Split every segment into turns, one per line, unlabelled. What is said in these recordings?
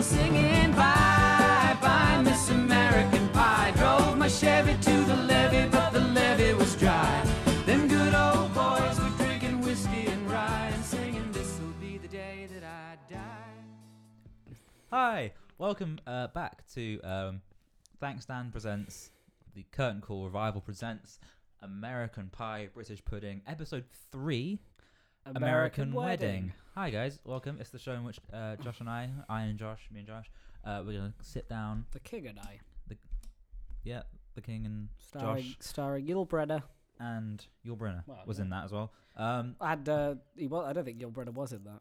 singing bye bye, Miss American Pie. Drove my Chevy to the levee, but the levee was dry. Them good old boys were drinking whiskey and rye and singing, This'll be the day that I die.
Hi, welcome uh, back to um, Thanks Dan presents the Curtain Call Revival presents American Pie British Pudding episode three American, Wedding. Hi guys, welcome. It's the show in which uh, Josh and I, I and Josh, me and Josh, uh, we're gonna sit down.
The King and I,
Yeah, the King and
starring
Josh
starring Yul Brynner.
and Yul Brynner
Well,
was in that as well. Um,
And uh, he was, I don't think Yul Brynner was in that.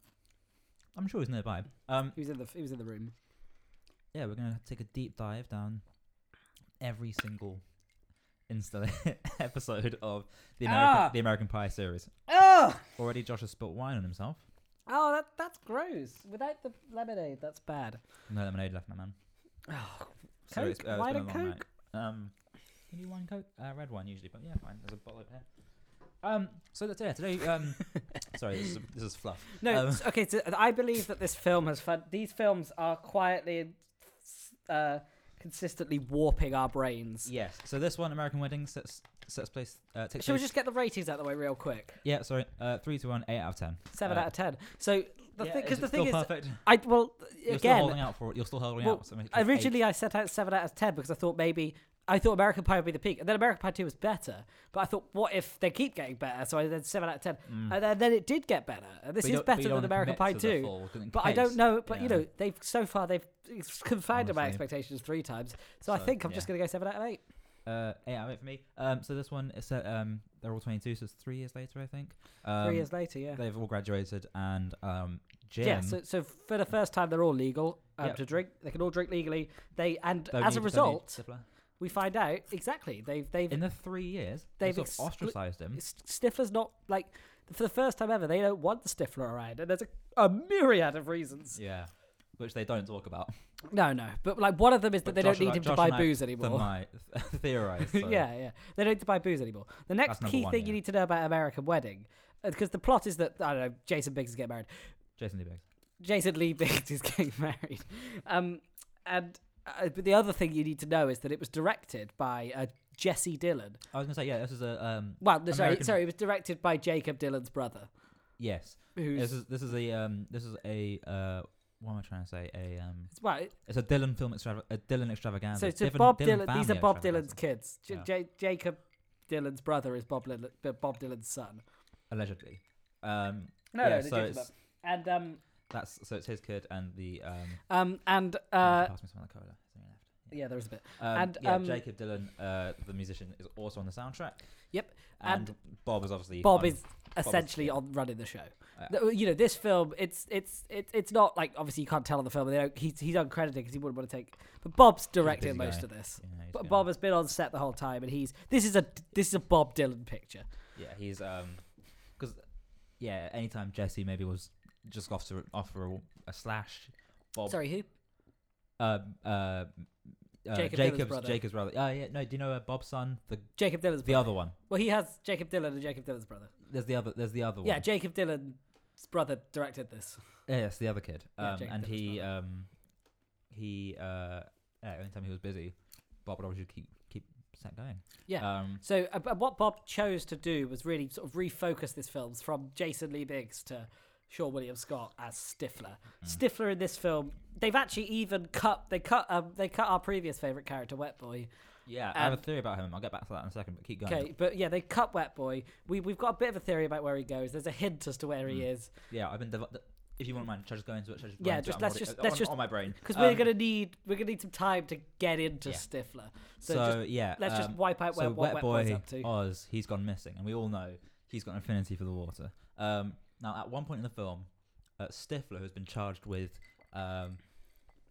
I'm sure he's nearby. Um,
He was in the he was in the room.
yeah, we're gonna take a deep dive down every single insta episode of the American,
Ah!
the American Pie series.
Oh,
Already, Josh has spilt wine on himself.
oh, that that's gross. Without the lemonade, that's bad.
No lemonade left, my man.
Oh,
So it's-
Coke?
uh, it's
Wine
been
and
a long
Coke?
night. Um, can you wine coke? Uh, red wine usually, but yeah, fine. There's a bottle over here. Um, so that's yeah, today. Um, sorry, this is, this is fluff.
no.
Um,
s- okay, so I believe that this film has fun. These films are quietly and uh, consistently warping our brains.
yes. So this one, American Wedding, sets sets place. Uh, takes
Shall we
place-
just get the ratings out of the way real quick?
Yeah, sorry. Uh, three to one, eight out of ten.
Seven
Uh,
out of ten. So the
yeah,
thing, because
it's
the thing is,
still perfect.
I well
You're still
again,
holding out for it. You're still holding
well,
out. So make it eight.
Originally, I set out seven out of ten because I thought maybe I thought American Pie would be the peak, and then American Pie Two was better. But I thought, what if they keep getting better? So I did seven out of ten, and then, then it did get better. And this
Mm. But you
uh, is
Hmm. don't- but
better
you don't
than
wanna
American Pie
commit to the
Two.
full, 'cause in
But I don't
case-
know. But you
yeah.
know, they've so far they've it's confounded my
Honestly.
expectations three times. So, I
So,
think I'm
yeah.
just gonna go seven out of eight.
uh, eight out of eight for me. Um, so this one is set. Um, they're all 22, so it's three years later, I think. Um,
three years later, yeah.
They've all graduated, and um, Jim.
Yeah, so, so for the first time, they're all legal um,
Yep.
to drink. They can all drink legally. They and
don't
as
need-
a
don't need
result,
Stifler.
we find out exactly they've they've
in the three years,
they've
they've sort of
exclu-
ostracized him.
S- Stifler's not like for the first time ever they don't want the Stifler around, and there's a, a myriad of reasons.
Yeah, which they don't talk about.
No, no, but like one of them is that
But
they
Josh
don't
and
need
I-
him
Josh
to buy
and I
booze anymore.
Theorise. theorized.
yeah, yeah, they don't need to buy booze anymore. The next
number
key
one,
thing
yeah.
you need to know about American Wedding, because the plot is that I don't know, Jason Biggs is getting married.
Jason D. Biggs.
Jason Lee Biggs is getting married, um, and uh, but the other thing you need to know is that it was directed by uh, Jesse Dillon.
I was gonna say yeah. This is a um.
Well, no, sorry,
American-
sorry, it was directed by Jacob Dylan's brother,
Yes.
who's
This is this is a um. This is a uh. What am I trying to say? A um.
well,
It's a Dylan film extrava- a Dylan extravaganza.
So it's
Different
Bob
Dylan
Dylan. these are
family
Bob
extravaganza,
Dylan's kids. J-
Yeah.
J- Jacob Dylan's brother is Bob, Lil- B- Bob Dylan's son.
allegedly. Um.
No,
yeah,
no,
so
legitimate.
it's,
And um
that's so it's his kid and the um.
um and
Uh,
uh
pass me some of the cola. It's only left.
yeah, there was a bit.
Um,
And,
yeah,
um,
Jacob Dylan, uh, the musician, is also on the soundtrack.
Yep,
And, Bob is obviously
Bob
on-
is essentially
yeah.
on running the show.
Yeah.
Th- You know, this film, it's it's it's it's not like obviously you can't tell on the film. They don't, he's he's uncredited because he wouldn't want to take. But Bob's directing
busy
most
guy.
of this.
Yeah, he's
But
gonna-
Bob has been on set the whole time, and he's this is a this is a Bob Dylan picture.
Yeah, he's um, because yeah, anytime Jesse maybe was just off to off for a, a slash, Bob.
Sorry, who?
Um, uh, uh,
Jacob Dylan's
Jacob's
brother.
Jacob's brother. Oh yeah, no, do you know uh, Bob's son? The
Jacob Dylan's.
the other one.
Well, he has Jacob Dylan and Jacob Dylan's brother.
There's the other. There's the other
Yeah,
one.
Jacob Dylan's brother directed this.
yes, the other kid.
Yeah,
Um,
Jacob
and
Dylan's
he um, he uh, yeah, anytime he was busy, Bob would obviously keep keep set going.
Yeah.
Um,
so uh, but what Bob chose to do was really sort of refocus this film from Jason Lee Biggs to Sean William Scott as Stifler.
Mm-hmm.
Stifler in this film, they've actually even cut they cut um, they cut our previous favorite character, Wet Boy.
yeah, I have a
and-
theory about him. I'll get back to that in a second. But keep going.
Okay, but yeah, they cut Wet Boy. We we've got a bit of a theory about where he goes. There's a hint as to where he
Mm.
is
Yeah, I've been. Dev- if you won't mind, shall I just go into it? Shall I just go
Yeah,
into
just-
it? I'm
let's
already-
just-
uh,
let's
on,
just-
on my brain
because
Um,
we're gonna need we're gonna need some time to get into
Yeah.
Stifler. So,
So,
just,
yeah,
let's just
um,
wipe out
so
where, what
Wet
Wet
Boy
Boy's up to.
Oz, he's gone missing, and we all know he's got an affinity for the water. Um, now, at one point in the film, uh, Stifler has been charged with um,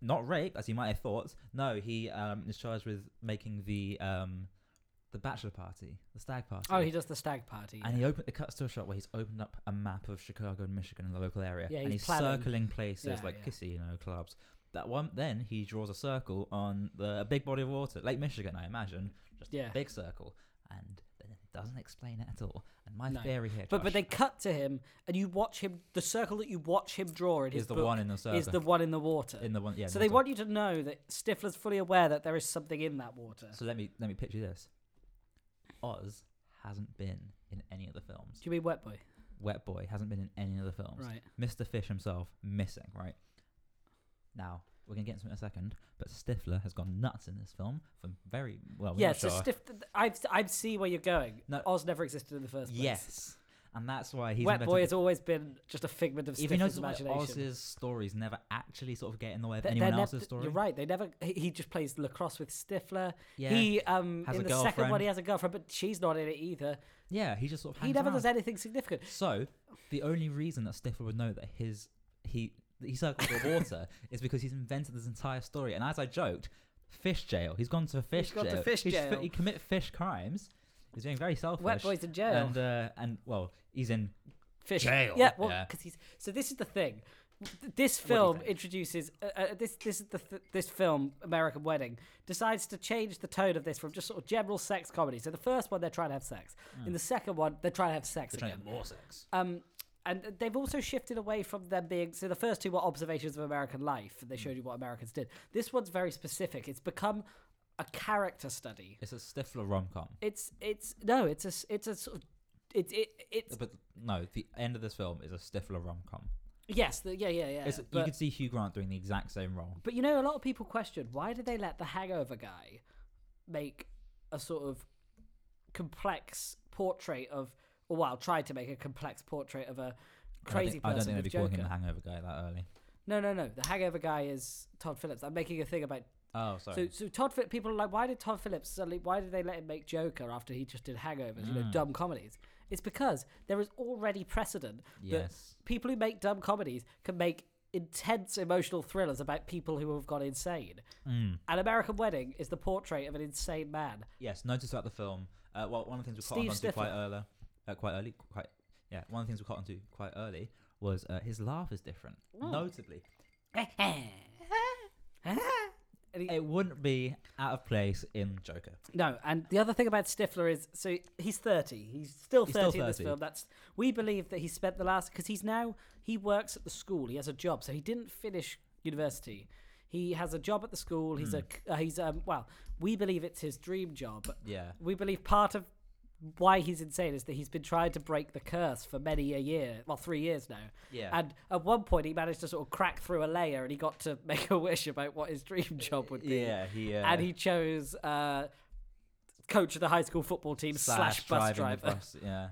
not rape, as you might have thought. No, he um, is charged with making the um, the bachelor party, the stag party.
Oh, he does the stag party.
and he opened. It cuts to a shot where he's opened up a map of Chicago and Michigan and the local area,
Yeah,
and
he's
he's
planning.
circling places
Yeah,
like
yeah.
casino clubs. That one, then he draws a circle on the a big body of water, Lake Michigan, I imagine, just
Yeah.
a big circle, and then doesn't explain it at all. And my
No.
theory here,
But but
Josh,
they cut to him, and you watch him. The circle that you watch him draw in his
is the
book
one in the circle.
is the one in the water.
in the one, yeah. in
so
the
they
water.
want you to know that Stifler's fully aware that there is something in that water.
So let me let me picture this. Oz hasn't been in any of the films.
Do you mean Wet Boy?
Wet Boy hasn't been in any of the films.
Right.
Mr. Fish himself missing, right? Now, we're going to get into it in a second, but Stifler has gone nuts in this film from very well. we're
yeah.
not
So
sure.
Stif- I I see where you're going.
No.
Oz never existed in the first place.
Yes. And that's why he's
Wet
invented
Boy
the-
has always been just a figment of
If you
Stifler's
notice, like,
imagination.
Oz's stories never actually sort of get in the way of
Th- they're
anyone
nev-
else's story.
You're right. They never. He, he just plays lacrosse with Stifler.
Yeah.
He um
Has
in
a
the second one
girlfriend.
he has a girlfriend, but she's not in it either.
yeah, he just sort of
he
hangs
never
around.
does anything significant.
So the only reason that Stifler would know that his he he circled the water is because he's invented this entire story. And as I joked, fish jail. He's gone to fish
gone to
jail.
fish
He's fi-
jail.
he commit fish crimes. He's being very selfish.
Wet Boy's in jail.
And uh, and well, he's in
fish
Jail.
Yeah, well,
Yeah.
because he's so. This is the thing. Th- This
do you
film
think?
introduces uh, uh, this. This is the th- this film American Wedding decides to change the tone of this from just sort of general sex comedy. So the first one they're trying to have sex. In the second one they're trying to have sex
Hmm. trying to
again.
get more sex.
Um, and they've also shifted away from them being. So the first two were observations of American life, and they
Hmm.
showed you what Americans did. This one's very specific. It's become a character study.
It's a Stifler rom com.
It's it's no, it's a s- it's a sort of it's it it's
But no, the end of this film is a Stifler rom com.
yes, the, yeah, yeah, yeah.
You
but-
could see Hugh Grant doing the exact same role.
But you know, a lot of people question why did they let the Hangover guy make a sort of complex portrait of, or well, tried to make a complex portrait of a crazy
I don't
person
think they'd
with
be
Joker.
calling him the Hangover guy that early.
no, no, no. The Hangover guy is Todd Phillips. I'm making a thing about
Oh,
so
sorry.
so Todd Phillips. People are like, why did Todd Phillips suddenly? Why did they let him make Joker after he just did Hangovers? You
Mm.
know, dumb comedies. It's because there is already precedent that
yes.
people who make dumb comedies can make intense emotional thrillers about people who have gone insane.
Hmm.
An American Wedding is the portrait of an insane man.
Yes, notice about the film. Uh, well, one of the things we caught
Steve
onto quite
Stifler.
early, uh, quite early, quite yeah. One of the things we caught onto quite early was uh, his laugh is different.
Oh.
Notably, it wouldn't be out of place in Joker.
No, and the other thing about Stifler is so he's 30. He's still 30
He's still
in this
30.
film. That's we believe that he spent the last cuz he's now he works at the school. He has a job. So he didn't finish university. He has a job at the school. He's
Hmm.
a c- uh, he's um well, we believe it's his dream job.
Yeah.
We believe part of why he's insane is that he's been trying to break the curse for many a year, well, three years now.
Yeah.
And at one point, he managed to sort of crack through a layer, and he got to make a wish about what his dream job would be.
Yeah, he uh,
And he chose uh, coach of the high school football team slash, bus
driving the
driver.
bus, yeah.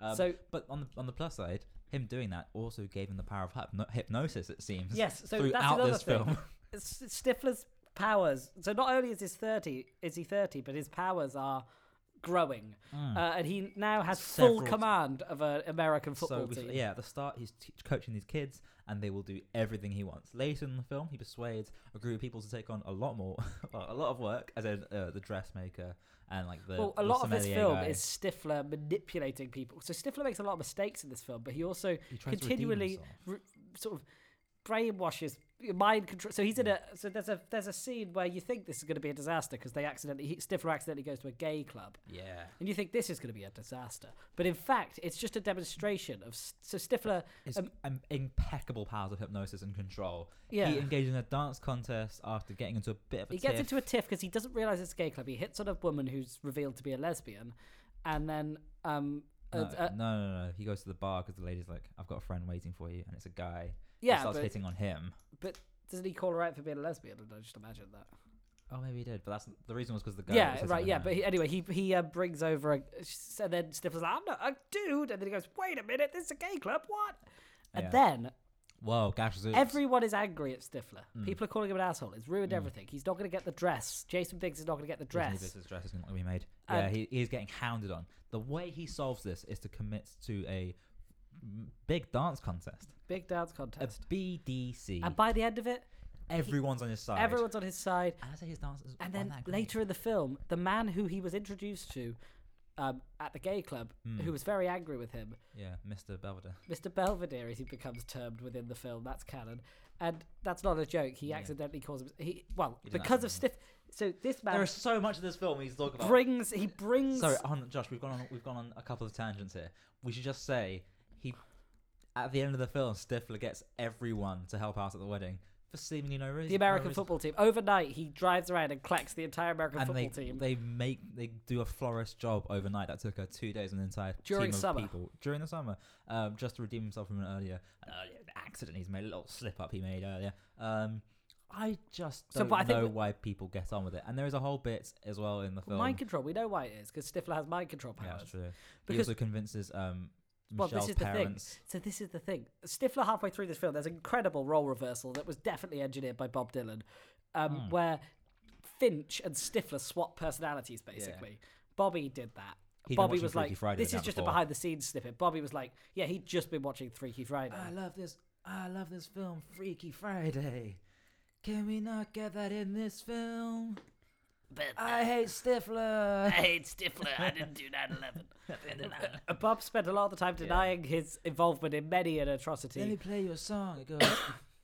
Um,
So-
but on the on the plus side, him doing that also gave him the power of hypno- hypnosis. It seems.
Yes, so
throughout
that's another
this
thing.
film.
S- Stifler's powers. So not only is his thirty, is he thirty, but his powers are growing, uh, and he now has
Hmm. Several
full
t-
command of an American football
so we-
team.
yeah, at the start he's t- coaching these kids, and they will do everything he wants. Later in the film, he persuades a group of people to take on a lot more, well, a lot of work, as in uh, the dressmaker and like the.
Well, a
the
lot of this
sommelier
film
guy.
is Stifler manipulating people. So Stifler makes a lot of mistakes in this film, but he also
He tries to redeem
continually
himself.
re- sort of brainwashes mind control. So he's in a so there's a there's a scene where you think this is going to be a disaster because they accidentally he, Stifler accidentally goes to a gay club.
Yeah,
And you think this is going to be a disaster, but in fact, it's just a demonstration of. s- So Stifler,
it's
um,
um, impeccable powers of hypnosis and control.
Yeah.
he engages in a dance contest after getting into a bit of a.
he gets
tiff.
into a tiff because he doesn't realize it's a gay club. He hits on a woman who's revealed to be a lesbian, and then um, uh,
No,
uh,
no, no, no, He goes to the bar because the lady's like, "I've got a friend waiting for you," and it's a guy. He
Yeah,
starts
but-
hitting on him.
but doesn't he call her out for being a lesbian? And I just imagine that.
Oh, maybe he did, but that's the reason was because the guy. was
yeah,
hitting
right.
on
Yeah,
her.
but he, anyway, he he uh, brings over a, and then Stifler's like, "I'm not a dude," and then he goes, "Wait a minute, this is a gay club, what?" And
Yeah.
then
whoa, gosh, Zeus.
everyone is angry at Stifler.
Hmm.
People are calling him an asshole. It's ruined everything. He's not going to get the dress. Jason Biggs is not going to get the
Disney
dress. Um,
business dress is not going to be made. yeah,
And-
he, he is getting hounded on. The way he solves this is to commit to a m- big dance contest,
Big dance
a
contest.
BDC.
and by the end of it,
Everyone's on his side.
everyone's on his side.
And I say his dance is
And
not
then
that great.
later in the film, the man who he was introduced to um, at the gay club
Hmm.
who was very angry with him.
Yeah, Mr. Belvedere.
Mr. Belvedere, as he becomes termed within the film, that's canon, and that's not a joke. He
Yeah.
accidentally causes he well
He didn't
because of stiff.
accidentally.
So this
There
man
is so much of this film we need to talk about.
brings he brings
Sorry, hold on, Josh. We've gone on. We've gone on a couple of tangents here. We should just say he, at the end of the film, Stifler gets everyone to help out at the wedding for seemingly no reason.
the American
no reason.
football team overnight. He drives around and collects the entire American
And
football
they
team.
they make they do a florist job overnight that took her two days and an entire
During
team of
summer.
people during the summer um, just to redeem himself from an earlier an earlier accident he's made a little slip up he made earlier. Um, I just
So,
don't
but I think
know
we-
why people get on with it. And there is a whole bit as well in the film.
Mind control. We know why it is because Stifler has mind control
yeah,
powers.
that's true. he
Because-
also convinces um,
Well,
Michelle's
this is the thing.
parents.
So this is the thing. Stifler halfway through this film, there's an incredible role reversal that was definitely engineered by Bob Dylan, um,
Hmm.
where Finch and Stifler swap personalities basically. Bobby did that.
He'd been
Bobby
watching
was
Freaky
like,
Friday the
"This is
night
just a
before.
behind the scenes snippet." Bobby was like, "Yeah, he'd just been watching Freaky Friday."
I love this. I love this film, Freaky Friday. Can we not get that in this film?
but
I hate Stifler.
hate Stifler. I didn't do 9/11. Uh, Bob spent a lot of the time denying his involvement in many an atrocity.
Let me play you a song. It goes,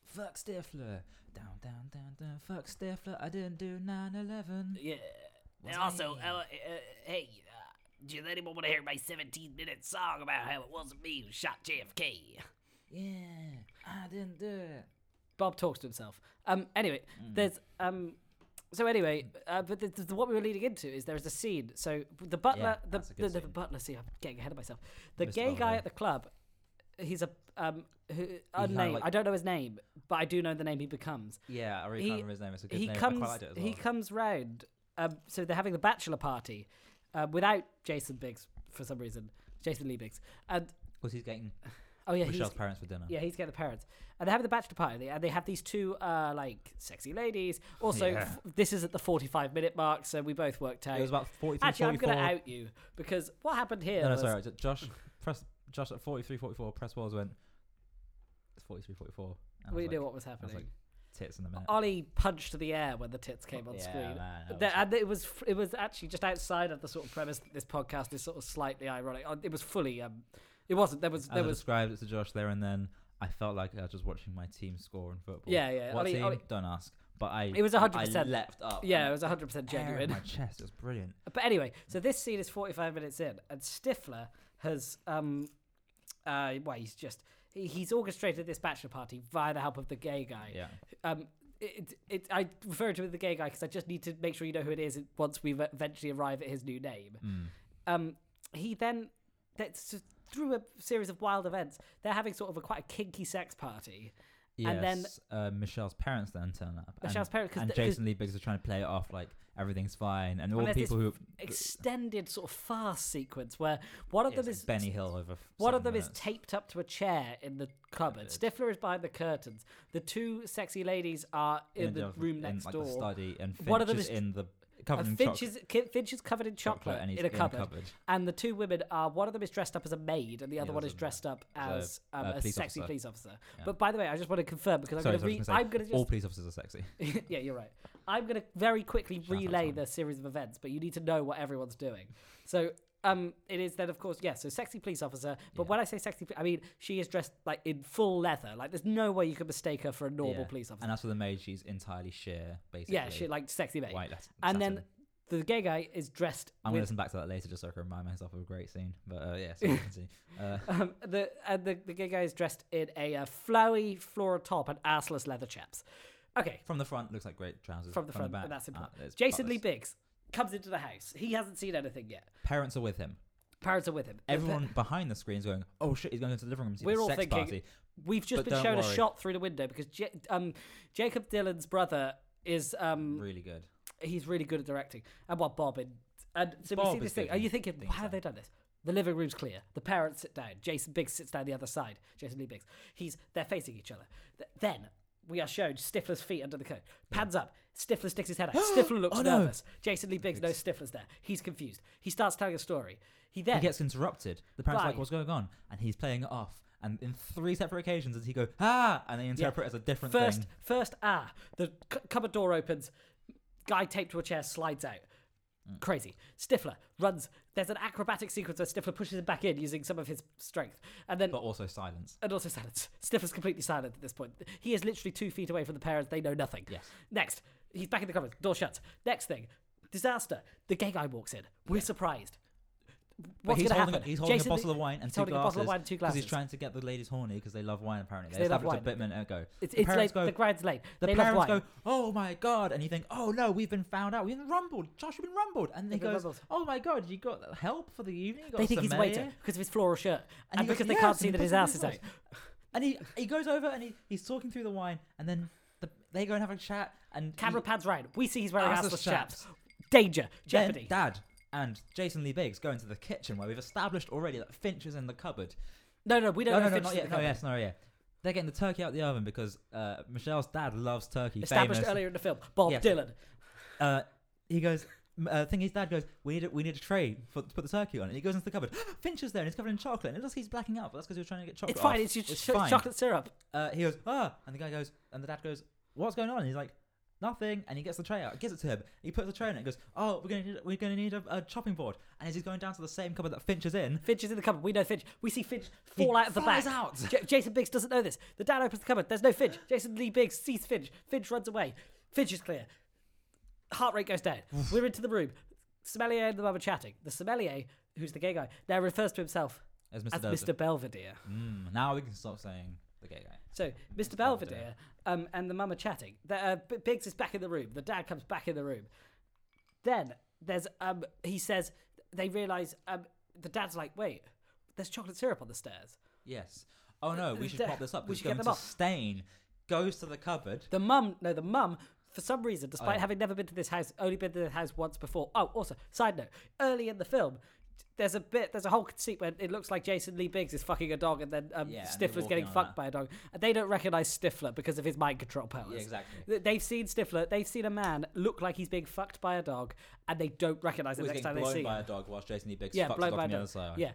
fuck Stifler. Down, down, down, down. Fuck Stifler. I didn't do 9-11.
Yeah. And also, uh, uh, hey, uh, does anyone want to hear my 17 minute song about how it wasn't me who shot JFK?
Yeah, I didn't do it.
Bob talks to himself. Um, anyway,
Hmm.
there's um, so anyway, uh, but the, the, what we were leading into is there is a scene. So the butler,
Yeah,
the,
that's a
the,
good
the
scene.
butler. See, I'm getting ahead of myself. The
Mr.
gay guy
Belvedere.
at the club, he's a um, who,
kinda
unnamed.
like-
I don't know his name, but I do know the name he becomes.
Yeah, I really
He-
can't remember his name. It's a good
he
name. I
comes,
quite liked it as well.
he comes round. Um, so they're having the bachelor party, uh, without Jason Biggs for some reason. Jason Lee Biggs, and
Because he's getting
oh yeah, he's,
Michelle's parents for dinner.
yeah, he's getting the parents, and they have the bachelor party, and they have these two uh, like sexy ladies. Also,
Yeah.
f- this is at the forty-five minute mark, so we both worked out.
It was about 43,
Actually, I'm
44.
going to out you because what happened here?
No, no,
was,
sorry. J- Josh, press Josh at 43, 44. Press walls went. It's 43, 44. And I
we
was
knew
like,
what was happening.
like, tits in a minute.
Ollie punched the air when the tits Oh, came on
Yeah,
screen,
man, that
The-
was-
and uh, it was f- it was actually just outside of the sort of premise that this podcast is sort of slightly ironic. Uh, It was fully um, it wasn't. There was
As I
there was
described it to Josh there and then, I felt like I was just watching my team score in football.
Yeah, yeah,
What
Ollie-
team?
Ollie-
Don't ask. But I.
It was 100%.
I leapt up.
yeah, it
and
was 100 percent
air in
genuine.
My chest. It was brilliant.
But anyway, so this scene is 45 minutes in, and Stifler has, um, uh, well, he's just he- he's orchestrated this bachelor party via the help of the gay guy.
Yeah.
Um, it, it, I refer to him as the gay guy because I just need to make sure you know who it is once we eventually arrive at his new name.
Mm.
Um, he then that's through a series of wild events. They're having sort of a quite a kinky sex party. And then-
Yes, uh, Michelle's parents then turn up.
Michelle's
and,
parents- 'cause
and
the- 'cause-
Jason Lee Biggs are trying to play it off like everything's fine, and all the
there's this
people who
Extended sort of farce sequence where one of
Yes,
them is
Benny Hill over. f-
One of
seven
them is
minutes.
taped up to a chair in the cupboard. Stifler is behind the curtains. The two sexy ladies are in,
a
the
different-
room
in,
next
like,
door.
The study, and Finch
One of them
is
is-
in the
And
covered in
Finch
chocolate.
is, Ki- Finch is covered in chocolate,
Chocolate and he's
in, a,
in a
cupboard.
cupboard.
And the two women are, one of them is dressed up as a maid and the other one is
doesn't-
dressed up as
as a-
um,
a
a,
uh, police
sexy
officer.
police officer. But by the way, I just want to confirm because
Sorry,
I'm going to read.
so I was
I'm going
gonna say,
to just
all police officers are sexy.
yeah, you're right. I'm going to very quickly
up,
relay
Simon.
the series of events, but you need to know what everyone's doing. So, um, it is then, of course, yeah, so sexy police officer. But
Yeah.
when I say sexy, pol- I mean, she is dressed like in full leather. Like, there's no way you could mistake her for a normal
Yeah.
police officer.
And as for the maid, she's entirely sheer, basically.
yeah, she like sexy mate.
white. Latin,
and then
satin.
the gay guy is dressed
I'm gonna
with
listen back to that later just so I can remind myself of a great scene. But uh, yeah, so we can see. Uh,
um, the and the, the gay guy is dressed in a uh, flowy floral top and assless leather chaps. Okay,
from the front, looks like great trousers.
from the front,
back,
and that's
uh,
important.
it's
Jason Lee
buttless.
Biggs comes into the house. He hasn't seen anything yet.
Parents are with him.
Parents are with him. The
Everyone behind the screen is going, "Oh shit, he's going to the living room to see
We're
the
all
sex
thinking-
party."
We've just
But
been
don't
shown a
worry.
shot through the window because Ja um, Jacob Dylan's brother is um,
Really good.
he's really good at directing, and what Bob and and so we
Bob
see this
is
thing.
good,
Are you
yeah.
thinking
Think
how have they done this? The living room's clear. The parents sit down. Jason Biggs sits down the other side. Jason Lee Biggs. He's they're facing each other. Th- then we are shown Stifler's feet under the coat. Pans up. Stifler sticks his head out. Stifler looks
Oh, no.
nervous. Jason Lee Biggs knows Stifler's there. He's confused. He starts telling a story. He then
He gets interrupted. The parents are
Right.
like, "What's going on?" And he's playing it off. And in three separate occasions, does he go ah? And they interpret it as a different
First,
thing.
first, ah, the c- cupboard door opens. Guy taped to a chair slides out.
Mm.
Crazy. Stifler runs. There's an acrobatic sequence where Stifler pushes him back in using some of his strength, and then
but also silence.
and also silence. Stifler's completely silent at this point. He is literally two feet away from the parents. They know nothing.
Yes.
Next, he's back in the cupboard. Door shuts. Next thing, disaster. The gay guy walks in. We're surprised.
But
What's going
he's
to
holding,
happen?
he's holding
Jason-
a bottle of wine and
he's
two
holding
glasses.
a bottle of wine and two
Because
glasses.
he's trying to get the ladies horny because they love wine apparently.
they love
established a
wine.
bit minute ago.
It's,
The
it's
parents
late. the grand's late.
The
they love wine.
parents go, "Oh my god!" And you think, "Oh no, we've been found out. We've been rumbled. Josh, we've been rumbled." And he
They've been
goes,
rumbled.
"Oh my god, you got help for the evening? You got
they think he's a waiter
sommelier?"
because of his floral shirt and,
he goes,
because they
"Yes,"
can't see
and
that
he
his
puts
ass
it
is
in
out.
his And he he goes over and he, he's talking through the wine, and then the, they go and have a chat. And
Camera
he,
pans round. We see he's wearing
Assless
assless
chaps.
chaps. Danger.
Ah, then
Jeopardy.
Dad and Jason Lee Biggs go into the kitchen where we've established already that Finch is in the cupboard.
no, no, we don't
No,
know
no,
if
no,
Finch is
not
in
yet.
the
No,
cupboard.
yes, no, yeah. They're getting the turkey out the oven because uh, Michelle's dad loves turkey.
Established
famous.
earlier in the film. Bob
Yes.
Dylan.
Uh, he goes. m- Uh, thing his dad goes. We need a, we need a tray for, to put the turkey on, and he goes into the cupboard. Finch is there, and he's covered in chocolate, and it looks like he's blacking out, but that's because he was trying to get chocolate.
It's fine.
off.
It's just
Oh, It's
cho-
fine.
chocolate syrup.
Uh, he goes ah, and the guy goes, and the dad goes, what's going on? And he's like, nothing, and he gets the tray out, gives it to him. He puts the tray in, and goes, oh, we're gonna need, we're gonna need a, a chopping board, and as he's going down to the same cupboard that Finch is in,
Finch is in the cupboard. We know Finch. We see Finch
He
fall out of the
flies
back.
out.
J- Jason Biggs doesn't know this. The dad opens the cupboard. There's no Finch. Jason Lee Biggs sees Finch. Finch runs away. Finch is clear. Heart rate goes down. We're into the room. Sommelier and the mum are chatting. The sommelier, who's the gay guy, now refers to himself
as Mr.
as
Dozer.
Mr. Belvedere.
Mm, now we can stop saying the gay guy.
So Mr. Belvedere um, and the mum are chatting. The, uh, B- Biggs is back in the room. The dad comes back in the room. Then there's um, he says they realise um, the dad's like, wait, there's chocolate syrup on the stairs.
Yes. Oh no, we should
Da-
pop this up.
we
We should
should get them
to
up.
Stain goes to the cupboard.
The mum, no, the mum, for some reason, despite
Oh, yeah.
having never been to this house, only been to the house once before. Oh, also, side note, early in the film, there's a bit, there's a whole conceit when it looks like Jason Lee Biggs is fucking a dog, and then um,
Yeah, and they're
Stifler's getting
walking on
fucked
that.
by a dog, and they don't recognize Stifler because of his mind control powers.
Yeah, exactly.
Th- They've seen Stifler, they've seen a man look like he's being fucked by a dog, and they don't recognize him
He's
next
getting
time they see
blown by
him.
a dog whilst Jason E. Biggs
Yeah,
fucks
blown
the dog
by a
on the
dog.
other side.
Yeah,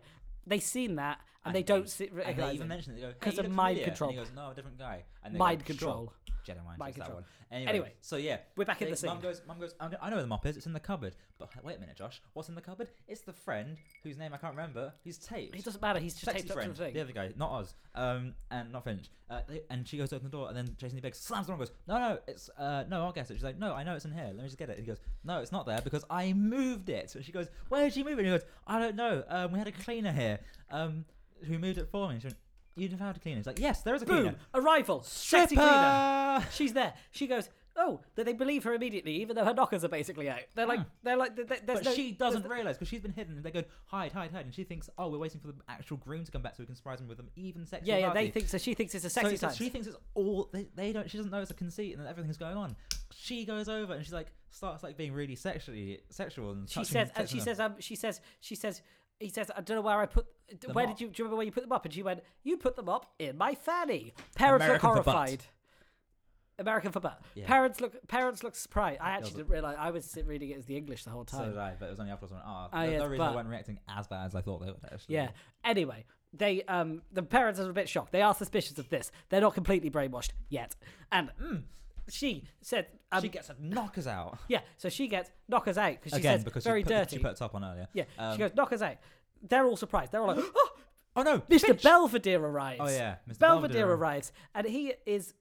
they've seen that, and, they
he
don't
goes-
see,
And
recognize
they even
him.
mention it. They go,
'Cause
"Hey, you
of
look
mind
familiar."
control.
And he goes, no, a different guy. And they
Mind
go,
control.
"Sure." Jedi mind,
Mind
mind control.
control.
Anyway,
Anyway,
so yeah,
we're back in the
Mum
scene.
goes, Mum goes. I'm go- I know where the mop is. It's in the cupboard. But h- wait a minute, Josh. What's in the cupboard? It's the friend whose name I can't remember. He's taped.
It doesn't matter, he's just
Sexy
taped up to
friend,
the thing.
the other guy, not us, um, and not Finch. Uh, they, and she goes to open the door, and then Jason Lee Biggs slams the door and goes, "No, no, it's uh, no, I'll guess it." She's like, "No, I know it's in here. Let me just get it." And he goes, "No, it's not there because I moved it." And she goes, "Where did you move it?" And he goes, "I don't know. Um, we had a cleaner here, um, who moved it for me." And she went, "You know how to clean it?" He's like, "Yes, there is a
Boom!
cleaner."
Arrival. Sexy cleaner.
Stripper!
She's there. She goes. Oh, that they believe her immediately, even though her knockers are basically out. They're like, they're like, th- th- there's
Hmm. But
no-
she
there's
doesn't
no-
realize because she's been hidden. And they go hide, hide, hide, and she thinks, "Oh, we're waiting for the actual groom to come back so we can surprise him with an even sexier
yeah, yeah. They
party."
think so. She thinks it's a
So
sexy
it's-
time.
she thinks it's all they, they don't. She doesn't know it's a conceit and that everything's going on. She goes over and she's like starts like being really sexually sexual and
She
touching-
says, and
touching
she
them.
says, um, she says, she says, he says, I don't know where I put. where
mop.
did you? Do you remember where you put them up? And she went, you put them up in my fanny. Parents
American for
look
butt.
horrified. American for butt.
Yeah.
Parents look. Parents look surprised. I actually
doesn't-
didn't realize. I was sit- reading it as the English the whole
So
time.
did I, but it was only afterwards when ah,
Ah,
there's
yes,
no reason I
but-
weren't reacting as bad as I thought they would actually.
Yeah. Anyway, they um the parents are a bit shocked. They are suspicious of this. They're not completely brainwashed yet. And she said, um,
Hmm. she gets a knockers out
yeah. So she gets knockers out because she
again
says
because
very
she put,
dirty.
She put a top on earlier.
yeah.
Um,
she goes knockers out. They're all surprised. They're all like, oh,
oh no,
Mr.
Finch!"
Belvedere arrives.
Oh yeah, Mr.
Belvedere,
Belvedere
arrives, and he is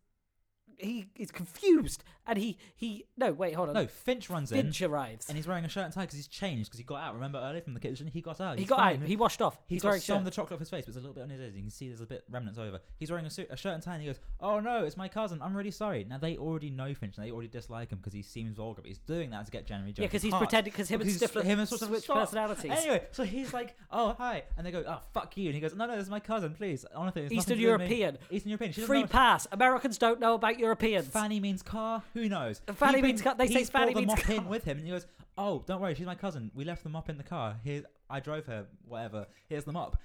he is confused, and he he no wait hold on
No, Finch runs
Finch
in
arrives.
and he's wearing a shirt and tie because he's changed because he got out. Remember earlier from the kitchen, he got out.
he
he's
got
fine.
out. He washed off.
He's
He's
got
wearing a
some
shirt.
of the chocolate off his face, but it's a little bit on his ears. You can see there's a bit remnants over. He's wearing a suit, a shirt and tie, and he goes, "Oh no, it's my cousin. I'm really sorry." Now they already know Finch, and they already dislike him because he seems vulgar. But he's doing that to get January Jones.
Yeah, 'cause he's pretending- 'cause him and Stifler switch personalities.
Anyway, so he's like, "Oh hi," and they go, "Oh fuck you," and he goes, "No, no, this is my cousin. Please, honestly, it's nothing
Eastern
to do with me."
European.
Eastern European. She doesn't
Free
know-
pass. Americans don't know about Europeans.
Fanny means car. Who knows?
Fanny
He
means car- they say
he's brought
Fanny
the
means
mop
car.
in with him, and he goes, "Oh, don't worry, she's my cousin. We left the mop in the car. Here, I drove her. Whatever. Here's the mop."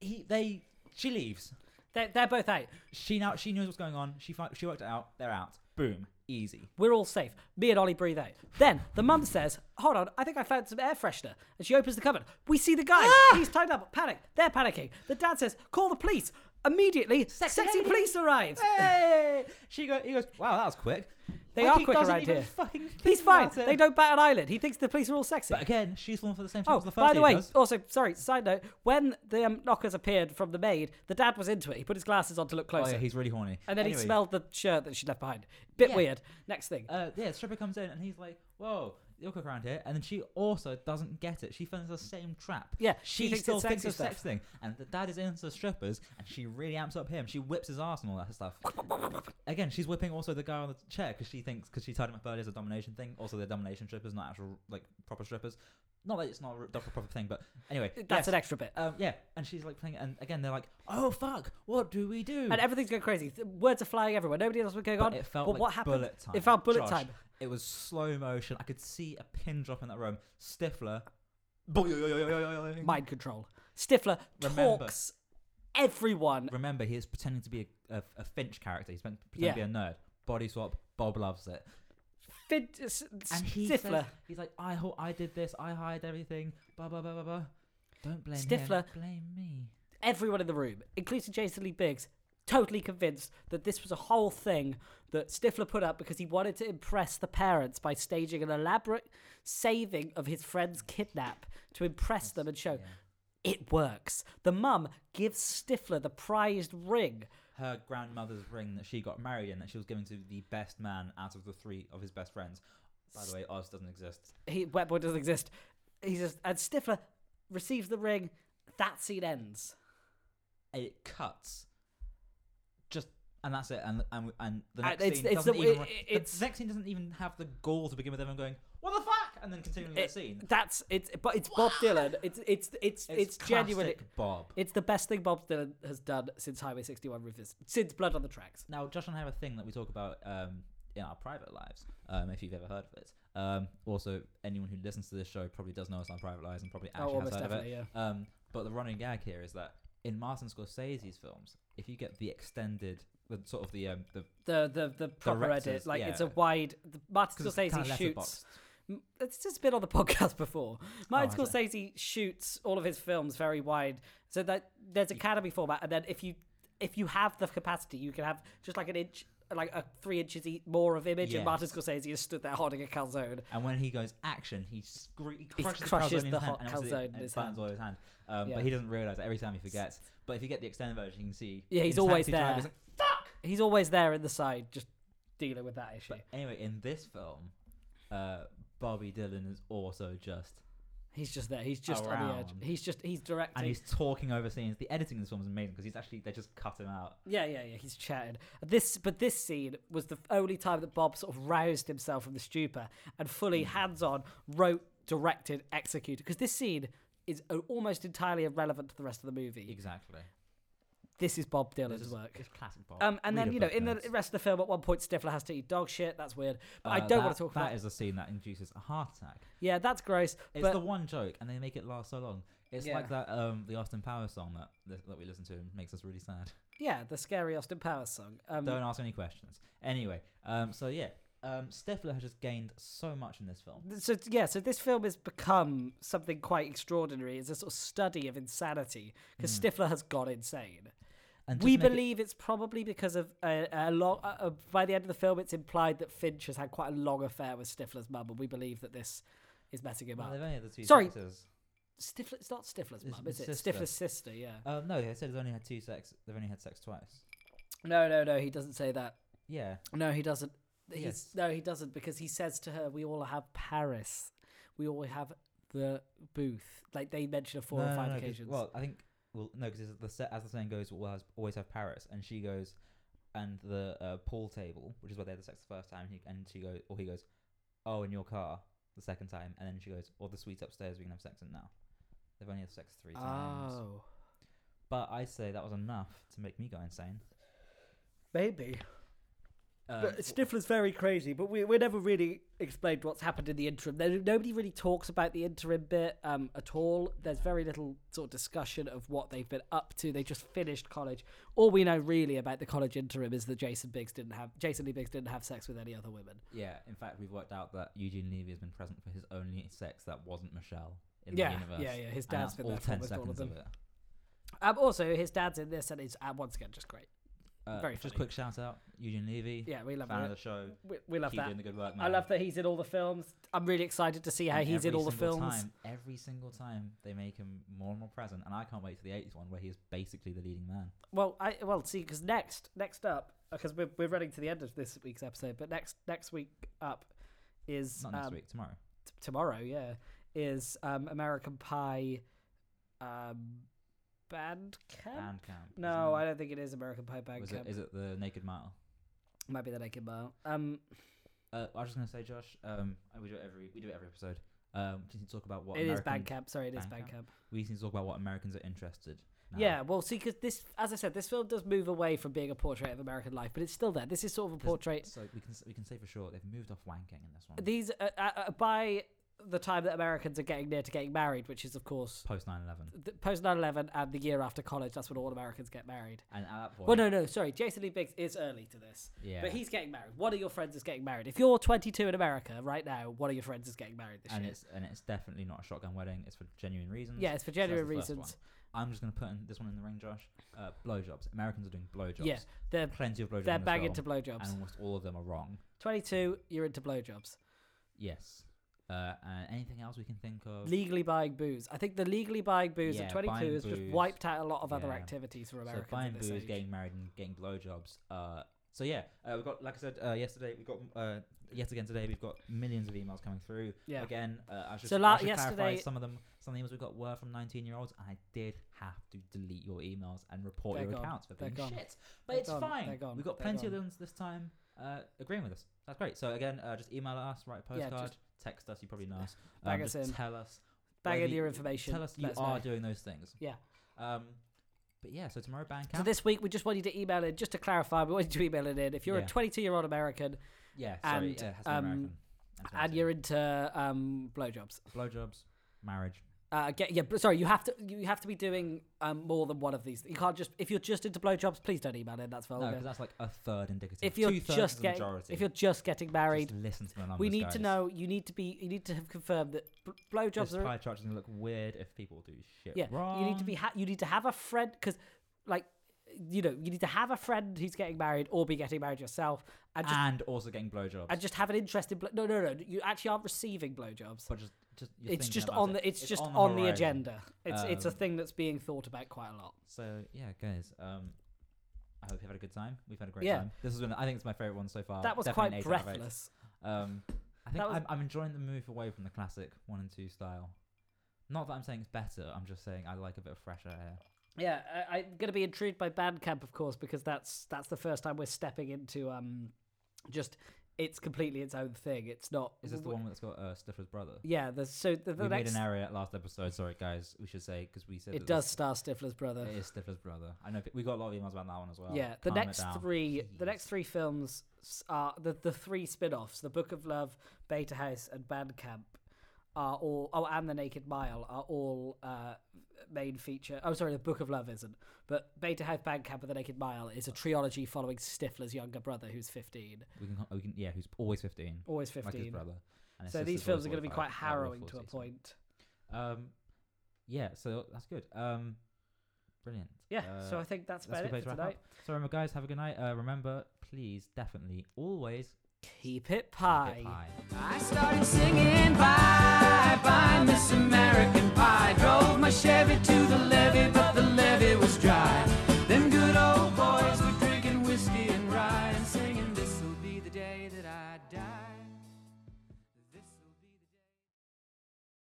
He, they, she leaves.
They're, they're both out.
She now, she knows what's going on. She, fi- she worked it out. They're out. Boom. Easy.
We're all safe. Me and Ollie breathe out. Then the mum says, Hold on, I think I found some air freshener.
Ah!
And she opens the cupboard. We see the guy. He's tied up. Panic. They're panicking. The dad says, Call the police. Immediately, sexy,
Sexy lady.
police arrive.
Hey! She go, he goes, wow, that was quick.
They
Like,
are
he
quicker
doesn't
around
even
here.
fucking
He's
think
fine.
about it.
They don't bat an eyelid. He thinks the police are all sexy.
But again, she's falling for the same thing
Oh,
as the first
by the
lady
way,
does.
also, sorry, side note, when the um, knockers appeared from the maid, the dad was into it. He put his glasses on to look
Oh,
closer.
yeah, he's really horny.
and then
Anyway,
he smelled the shirt that she left behind. Bit
Yeah.
weird. Next thing.
Uh, yeah, the stripper comes in and he's like, whoa, you're quick around here. And then she also doesn't get it. She finds the same trap.
Yeah,
she,
she thinks
still
it's
thinks
sexy
it's
stuff.
sexting. And the dad is into strippers and she really amps up him. She whips his ass and all that stuff. again, she's whipping also the guy on the chair because she thinks, because she tied him up earlier as a domination thing. Also, they're domination strippers, not actual, like, proper strippers. Not that it's not a proper, proper thing, but anyway.
That's
yes.
an extra bit.
Um, yeah, and she's like playing, and again they're like, "Oh fuck, what do we do?"
and everything's going crazy. Th- Words are flying everywhere. Nobody knows what's going
But
on.
it felt
but
like
what happened?
bullet time.
It felt bullet
Josh.
time.
It was slow motion. I could see a pin drop in that room. Stifler. Boing.
Mind control. Stifler
Remember.
talks everyone.
Remember, he is pretending to be a, a, a Finch character. He's meant- pretending to be a nerd. Body swap. Bob loves it.
Fin- s-
And he
Stifler.
says, he's like, I ho- I did this. I hired everything. Blah blah blah blah blah. Don't blame him.
Stifler.
Blame me.
everyone in the room, including Jason Lee Biggs, totally convinced that this was a whole thing that Stifler put up because he wanted to impress the parents by staging an elaborate saving of his friend's kidnap to impress them and show it works. The mum gives Stifler the prized ring.
Her grandmother's ring that she got married in that she was given to the best man out of the three of his best friends. By the way, Oz doesn't exist.
He Wet Boy doesn't exist. He says, and Stifler receives the ring. That scene ends.
it cuts just and that's it and and, and the
Uh,
next
it's-
scene
it's
doesn't
the-
even
it-
re-
it's-
the next scene doesn't even have the goal to begin with everyone going what the fuck and then continuing
It-
the scene
That's it's, but it's Bob Dylan. It's it's it's it's,
classic
genuinely
bob
It's the best thing Bob Dylan has done since Highway 61 Rufus, since Blood on the Tracks.
now josh and i have a thing that we talk about um in our private lives um if you've ever heard of it um also anyone who listens to this show probably does know us on private lives and probably actually has
Oh, almost
heard of it
definitely, yeah.
um but the running gag here is that in martin scorsese's films if you get the extended the sort of the um the
The the the proper edit,
Directors,
like it's a
yeah.
wide. The, Martin
'cause it's kinda
Scorsese shoots.
letterboxed.
M- It's just been on the podcast before. Martin
has it?
Scorsese shoots all of his films very wide, so that there's Academy format, and then if you if you have the capacity, you can have just like an inch, like a three inches e- more of image, and
Yes.
Martin Scorsese has stood there holding a calzone.
And when he goes action, he, scre- he crushes, the
crushes
calzone in
the
his hand,
hot
and obviously
calzone
it-
in
it
his
buttons
hand.
all his hand. Um,
Yeah.
But he doesn't realize that every time he forgets. But if you get the extended version, you can see.
Yeah, he's
in his
always
taxi driver,
there.
he's like,
He's always there in the side, just dealing with that issue.
but anyway, in this film, uh, Bobby Dylan is also just
He's just there. He's just on the edge.
Around.
He's just he's directing.
and he's talking over scenes. The editing in this film is amazing because he's actually they just cut him out.
Yeah, yeah, yeah. He's chatting. This, but this scene was the only time that Bob sort of roused himself from the stupor and
Hmm.
fully hands-on wrote, directed, executed. Because this scene is a- almost entirely irrelevant to the rest of the movie.
Exactly.
This is Bob Dylan's
This is
work.
It's classic Bob.
Um, and
Read
then
a
you know,
book,
in
nerds.
the rest of the film, at one point Stifler has to eat dog shit. That's weird. But I
Uh,
don't want
that-
to talk
That
about.
is a scene that induces a heart attack.
yeah, that's gross.
It's
but
the one joke, and they make it last so long. It's
Yeah.
like that um the Austin Powers song that that we listen to and makes us really sad.
yeah, the scary Austin Powers song. Um,
Don't ask any questions. Anyway, um, so yeah, um, Stifler has just gained so much in this film.
so yeah, so this film has become something quite extraordinary. It's a sort of study of insanity because Stifler has gone insane.
And just
We
make Hmm. it-
believe it's probably because of a, a long. Uh, by the end of the film, it's implied that Finch has had quite a long affair with Stifler's mum, and we believe that this is messing him
Well,
up.
they've only had the two
Sorry.
sexes.
Stifler, it's not Stifler's
It's
mum, is it?
sister.
Stifler's sister, yeah.
Um, no, they said they've only had two sex. They've only had sex twice.
No, no, no. He doesn't say that.
Yeah,
No, he doesn't. He's,
Yes.
No, he doesn't because he says to her, "We all have Paris. We all have the booth." Like they mention it four
No,
or
no,
five
no, 'cause-
occasions.
Well, I think well no, because the set as the saying goes, we'll has, always have Paris, and she goes, and the uh, pool table, which is where they had the sex the first time, he, and she goes, or he goes, oh, in your car the second time, and then she goes, or the suite upstairs we can have sex in now. They've only had sex three times.
oh,
But I'd say that was enough to make me go insane.
maybe.
Um,
But Stifler's very crazy, but we, we never really explained what's happened in the interim. There, nobody really talks about the interim bit um, at all. There's very little sort of discussion of what they've been up to. They just finished college. All we know really about the college interim is that Jason Biggs didn't have Jason Lee Biggs didn't have sex with any other women.
yeah, in fact, we've worked out that Eugene Levy has been present for his only sex that wasn't Michelle in
yeah,
the universe.
yeah, yeah. His
And
dad's
that's
been
all
there for
10
almost all of
seconds
them.
of it.
Um, also, his dad's in this, and it's uh, once again just great.
Uh,
Very
just
funny.
quick shout out, Eugene Levy.
Yeah, we love
fan of
that.
the show.
We, we love
Keep
that.
doing the good work,
I
man.
love that he's in all the films. I'm really excited to see how
And
he's in
every
all the
single
films.
Time, every single time they make him more and more present, and I can't wait to the '80s one where he is basically the leading man.
Well, I well see because next next up because we're we're running to the end of this week's episode, but next next week up is
Not next
um,
week, tomorrow.
t- tomorrow. Yeah, is um, American Pie, um, band camp.
Band camp. isn't
no,
it?
I don't think it is American Pie band
Was it,
camp.
is it the Naked Mile?
Might be the Naked Mile. Um,
Uh, I was just gonna say, Josh. Um, we do it every we do it every episode. Um, we need to talk about what
it is
American-
band camp. Sorry, it is
Bandcamp?
band camp.
We need to talk about what Americans are interested. Now.
Yeah, well, see, because this, as I said, this film does move away from being a portrait of American life, but it's still there. This is sort of a
'Cause-
portrait.
So we can s- we can say for sure they've moved off wanking in this one.
These uh, uh, uh, by the time that Americans are getting near to getting married, which is of course
Post 9/11,
the, post 9-11 and the year after college. That's when all Americans get married.
and at that point,
Well, no, no, sorry. Jason Lee Biggs is early to this,
yeah,
but he's getting married. One of your friends is getting married. If you're 22 in America right now, one of your friends is getting married this
and
year.
it's and it's definitely not a shotgun wedding. It's for genuine reasons.
yeah, it's for
So that's
genuine
the first
reasons.
one. I'm just gonna put in this one in the ring, Josh. Uh, blowjobs. Americans are doing blowjobs.
Yeah, they're
plenty of blowjobs.
they're
in this
bang
film,
into blowjobs.
and almost all of them are wrong.
22, you're into blowjobs.
Yes. Uh, and anything else we can think of?
legally buying booze. I think the legally buying booze
Yeah,
at 22
buying
has just
booze.
wiped out a lot of other
Yeah.
activities for
so
Americans.
buying
at this
booze,
age.
getting married, and getting blowjobs. Uh, so yeah, uh, we've got like I said uh, yesterday, we've got uh, yet again today, we've got millions of emails coming through.
Yeah.
Again, uh, I should,
So
I
la-
should clarify
yesterday-
some of them. Some of the emails we got were from 19 year olds, and I did have to delete your emails and report
They're
your
gone.
accounts for
They're gone.
being shit. But
They're
it's
gone.
fine.
They're gone.
We've got
They're
plenty of
gone.
them this time uh, agreeing with us. That's great. So again, uh, just email us, write a
Yeah,
postcard,
just-
text us. You probably know us.
Bag
Um,
us
just
in.
Tell us.
Bang
whether
in
you-
your information.
Tell us you
let
are
know.
doing those things.
Yeah.
Um, but yeah, so tomorrow band camp.
So this week we just want you to email in. Just to clarify, we want you to email it in. If you're
Yeah.
a 22 year old American
Yeah, sorry.
And,
yeah, it has to be
um,
American.
and you're into um, blowjobs,
blowjobs, marriage.
uh, get yeah. but Sorry, you have to you have to be doing um, more than one of these. You can't just if you're just into blowjobs, please don't email in. That's
No,
vulgar.
because that's like a third indicative.
Oh, if you're
Two-thirds is
just
the
getting
majority.
if you're just getting married,
just listen to the numbers.
we need
guys.
to know. You need to be. You need to have confirmed that bl-
This
blowjobs are
pie chart's gonna look weird if people do shit
Yeah,
wrong.
you need to be ha- you need to have a friend because, like, you know, you need to have a friend who's getting married or be getting married yourself, and just
and also getting blowjobs.
and just have an interest in. Blo- no, no, no. You actually aren't receiving blowjobs.
but just, just you're
It's
thinking
just
about
on
it.
the. It's, just on, the
horizon.
agenda. It's it's a
Um,
thing that's being thought about quite a lot.
So yeah, guys. Um, I hope you've had a good time. We've had a great
Yeah.
time. This has been. I think it's my favorite one so far.
That was
Definitely an
quite
eight out of eight.
breathless.
Um, I think
That was-
I'm, I'm enjoying the move away from the classic one and two style. Not that I'm saying it's better. I'm just saying I like a bit of fresh air.
Yeah, I, I'm going to be intrigued by Bandcamp, of course, because that's that's the first time we're stepping into um, just it's completely its own thing. It's not.
Is this the one that's got uh, Stifler's brother?
Yeah. The, so the, the
we
next
made an error at last episode. Sorry, guys. We should say because we said
it
that
does
this-
star Stifler's brother.
It is Stifler's brother. I know pe- we got a lot of emails about that one as well.
yeah the
Calm it
next
down.
three the
Jeez.
next three films s- are the, the three spin-offs the book of love beta house and bandcamp are all oh and the naked mile are all uh main feature oh sorry the book of love isn't but beta house bandcamp and the naked mile is a trilogy following stifler's younger brother who's 15
We can, we can, yeah, who's always fifteen,
always
like his
15
brother. And his
so these
sister's always
films are going to be
45,
quite
uh,
harrowing
or
to a
40, sorry.
point
Um, yeah. So that's good. Um, brilliant.
yeah
Uh,
so i think that's
that's
about
a
it
good place
for
to wrap
tonight
up. So remember, guys, have a good night. Uh, remember, please, definitely, always
keep it
keep it
pie
high.
I started singing